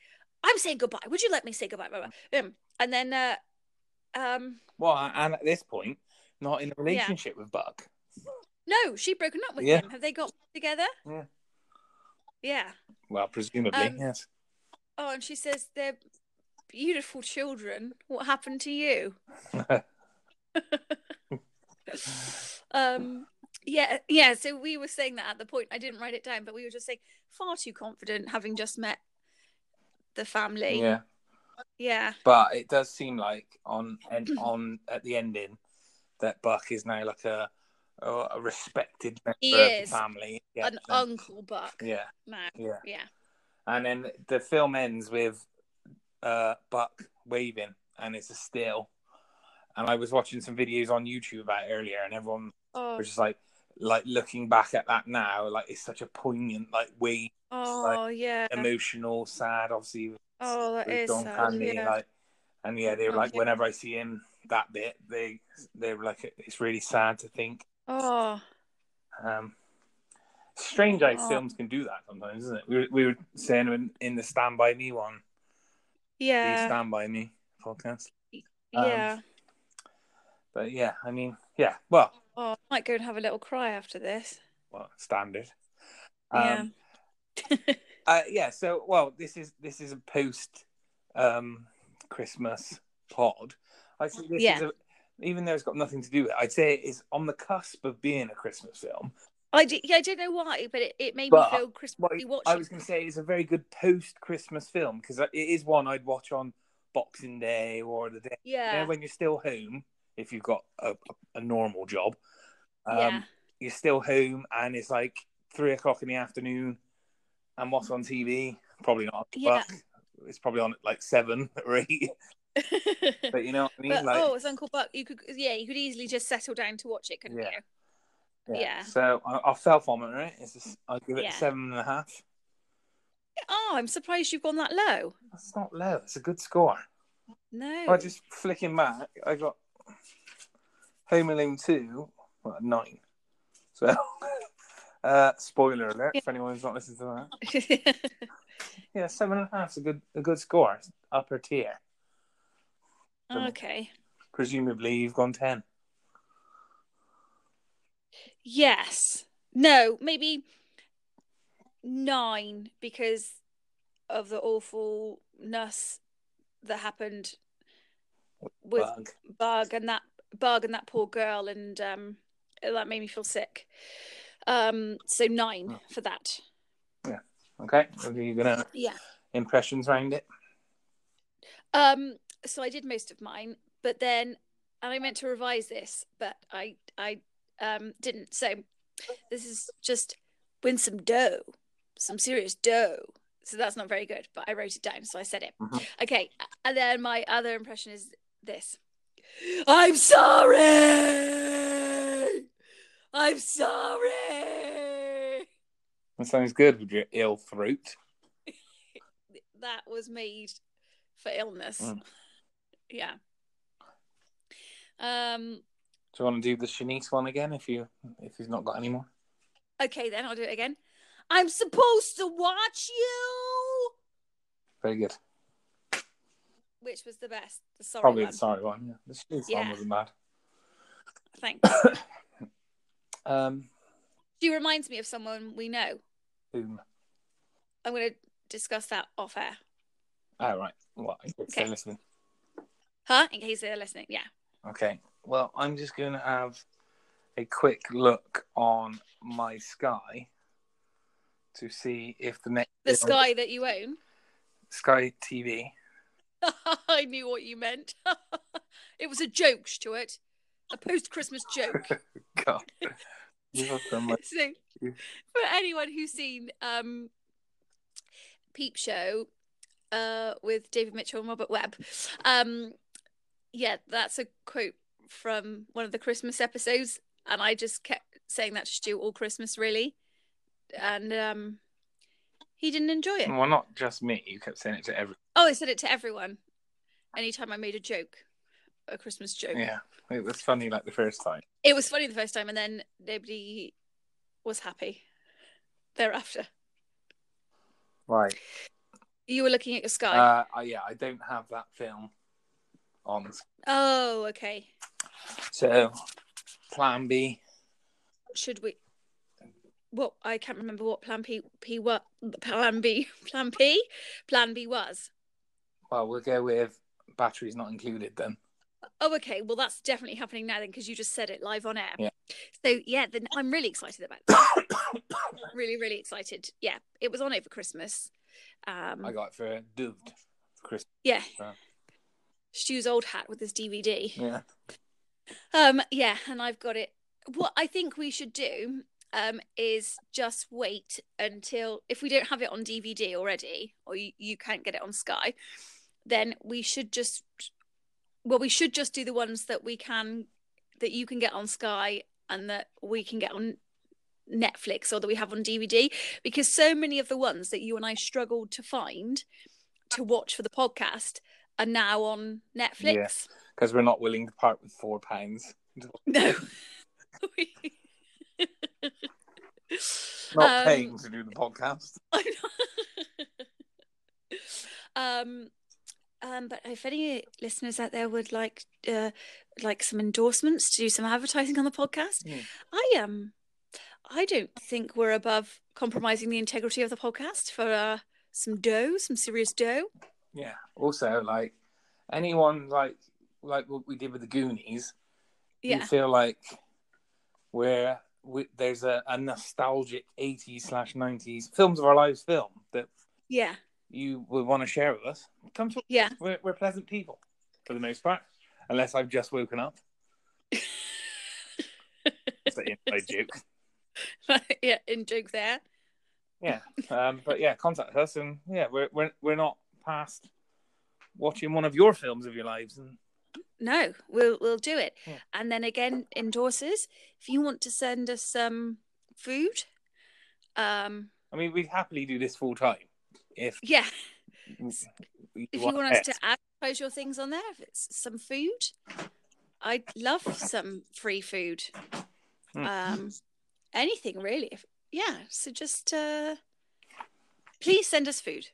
i'm saying goodbye would you let me say goodbye Blah, blah, blah. Um, and then uh um
Well, and at this point, not in a relationship with Buck.
no she broken up with
Yeah.
him have they got together
Yeah.
yeah
Well, presumably,
Um,
yes.
oh and she says they're beautiful children what happened
<laughs>
to you <laughs> um yeah yeah so we were saying that at the point i didn't write it down but we were just saying far too confident having just met the family
Yeah,
yeah
but it does seem like on and <clears throat> on at the ending that Buck is now like a a a respected member
He
of the
is.
family. Yeah,
an uncle buck
yeah,
now
yeah.
yeah
And then the film ends with uh, Buck waving, and it's a still. And I was watching some videos on YouTube about it earlier, and everyone
oh,
was just like, like looking back at that now, like it's such a poignant, like wave,
oh yeah
emotional, sad. Obviously,
oh that
with
is
John
sad,
Candy,
yeah.
like, and yeah, they were
Oh,
like,
yeah.
whenever I see him, that bit, they they were like, it's really sad to think.
oh
Um, strange how
Oh.
films can do that sometimes, isn't it? We were, we were saying in, in the Stand By Me one, the
yeah
Stand By Me podcast. um,
yeah
But yeah, I mean, yeah, well,
oh i might go and have a little cry after this
well, standard.
yeah
Um,
<laughs>
Uh, yeah. So, well, this is this is a post um, Christmas pod. I think this
Yeah.
is a, even though it's got nothing to do with it, I'd say it's on the cusp of being a Christmas film.
I, d- yeah, I don't know why, but it, it made
But uh,
me feel Christmas
Well, I
watching.
was going to say it's a very good post Christmas film because it is one I'd watch on Boxing Day or the day you know,
yeah,
when you're still home if you've got a, a normal job. Um,
yeah,
You're still home and it's like three o'clock in the afternoon. And what's on TV? Probably not.
Yeah.
Buck. It's probably on at like seven <laughs> or eight. But you know what I mean?
<laughs> but
like,
oh, it's Uncle Buck. You could, yeah, you could easily just settle down to watch it, couldn't
Yeah.
you? yeah.
So I- I'll self monitor it. It's just, I give it
Yeah.
a seven and a half.
Oh, I'm surprised you've gone that low.
That's not low. It's a good score.
No,
I
<laughs>
just flicking back. I got Home Alone two well, at nine. So <laughs> uh, spoiler alert for anyone who's not listening to that. Yeah, seven and a half is a good a good score. It's upper tier. Um,
okay.
Presumably you've gone ten.
Yes. No, maybe nine because of the awfulness that happened with
Bug.
Bug and that Bug and that poor girl, and um, that made me feel sick. Um, so nine
Oh.
for that.
Okay. Are you gonna
Yeah.
impressions round it?
Um, so I did most of mine, but then and I meant to revise this, but I I um didn't. So this is just win some dough, some serious dough. So that's not very good, but I wrote it down, so I said it.
Mhm.
Okay, and then my other impression is this. I'm sorry. I'm sorry.
That sounds good with your ill throat.
that was made for illness.
Mm.
Yeah. Um.
Do you want to do the Shanice one again if you if you've not got any more?
Okay, then I'll do it again. I'm supposed to watch you,
Very good.
which was the best. The sorry
Probably
one.
the sorry one. Yeah, the Shanice one
Yeah.
wasn't bad.
Thanks.
Um,
she reminds me of someone we know.
boom.
I'm going to discuss that off air,
All right. Well, I could
Okay.
say listening.
huh? In case they're listening. Yeah.
Okay. Well, I'm just going to have a quick look on my Sky to see if the next
The sky that you own. <laughs>
Sky TV.
I knew what you meant. <laughs> <laughs> it was a joke, Stuart. A post-Christmas joke.
God.
You're
<laughs>
from my-
so for anyone who's seen um peep show uh with david mitchell and robert webb um yeah that's a quote from one of the christmas episodes and i just kept saying that to stu all christmas really and um he didn't enjoy it
Well, not just me. You kept saying it to every.
oh i said it to everyone anytime i made a joke a christmas joke
Yeah, it was funny like the first time.
it was funny the first time and then nobody was happy thereafter
Right.
you were looking at your sky
Uh, I- yeah, I don't have that film on.
oh okay
So, Plan B.
should we what i can't remember what plan p p what plan b <laughs> plan p plan b was
Well, we'll go with batteries not included then.
oh okay well that's definitely happening now then because you just said it live on air
Yeah.
so yeah then i'm really excited about that <coughs> really really excited yeah it was on over christmas um
I got it for dubbed for Christmas.
yeah
that.
stu's old hat with his dvd
Yeah.
Um, yeah, and I've got it. What I think we should do um, is just wait until if we don't have it on DVD already, or you, you can't get it on Sky, then we should just well, we should just do the ones that we can that you can get on Sky and that we can get on Netflix or that we have on DVD because so many of the ones that you and I struggled to find to watch for the podcast are now on Netflix.
Because we're not willing to part with four pounds.
<laughs> No.
Not
Um,
paying to do the podcast.
I know. <laughs> um, um, but if any listeners out there would like uh, like some endorsements to do some advertising on the podcast,
Hmm.
I um, I don't think we're above compromising the integrity of the podcast for uh, some dough, some serious dough.
Yeah. Also, like anyone, like like what we did with the Goonies.
Yeah,
You feel like we're we, there's a, a nostalgic 80s slash 90s films of our lives film that
yeah, <laughs>
you would want to share with us. Come to
yeah.
we're, we're pleasant people for the most part, unless I've just woken
<laughs>
up. That's an inside joke.
yeah, in joke there.
Yeah, um, but yeah, contact us, and yeah, we're we're we're not past watching one of your films of your lives, and
No, we'll we'll do it.
Yeah.
And then again, endorsers, if you want to send us some food, um,
I mean, we'd happily do this full time if
yeah, <laughs>
you
if you want us to advertise your things on there, if it's some food, I'd love some free food.
Mm.
Um, anything really. If, yeah. So just uh, please send us food.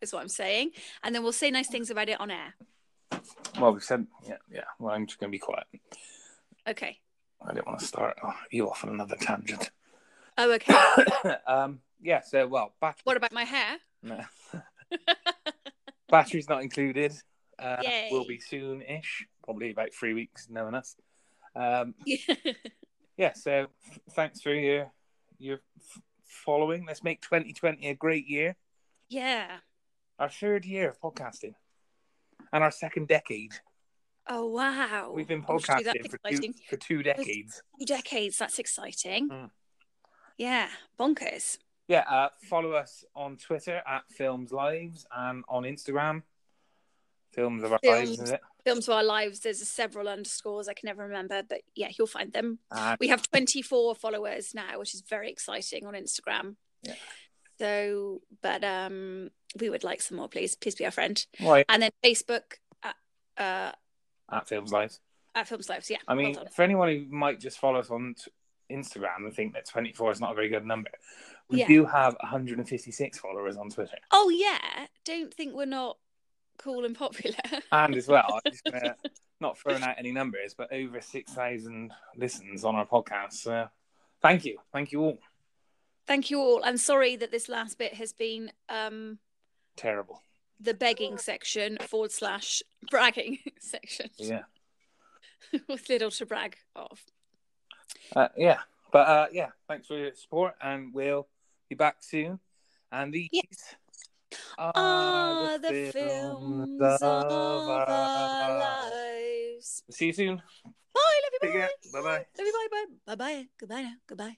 is what I'm saying, and then we'll say nice things about it on air.
Well, we've said yeah, yeah. Well, I'm just gonna be quiet.
Okay.
I don't want to start oh, you off on another tangent. <coughs>
Oh, okay.
um, yeah. So, well, back.
what about my hair? <laughs>
No. <laughs> Battery's not included. Uh,
Yay.
will be soon ish, probably about three weeks, knowing us. Um, yeah, so f- thanks for your your f- following. Let's make 2020 a great year.
yeah.
Our third year of podcasting and our second decade.
Oh wow!
We've been
Oh, shoot, that's
podcasting for two,
exciting.
for two decades.
Two decades. That's exciting.
Mm.
Yeah, bonkers.
Yeah, uh, follow us on Twitter at Films Lives and on Instagram. Films of our
Films.
lives, is it?
Films of our lives. There's a several underscores I can never remember, but yeah, you'll find them.
And
We have 24 followers now, which is very exciting on Instagram.
Yeah.
So, but um, we would like some more, please. Please be our friend.
right,
And then Facebook at, uh,
at Films Lives.
at Films Lives. Yeah.
I
well
mean,
done.
for anyone who might just follow us on t- Instagram and think that 24 is not a very good number, we
Yeah.
do have 156 followers on Twitter.
oh yeah. Don't think we're not cool and popular. <laughs>
And as well, I'm just gonna, not throwing out any numbers, but over 6,000 listens on our podcast. So thank you. Thank you all.
Thank you all. I'm sorry that this last bit has been um,
Terrible.
the begging section forward slash bragging <laughs> section
Yeah.
with little to brag of.
Uh, yeah. But uh, yeah, thanks for your support and we'll be back soon. And these
Yeah. Ah, the films of our lives.
See you soon.
Bye, love you.
Take care. Bye bye.
Everybody, bye. Bye bye. Goodbye now. Goodbye.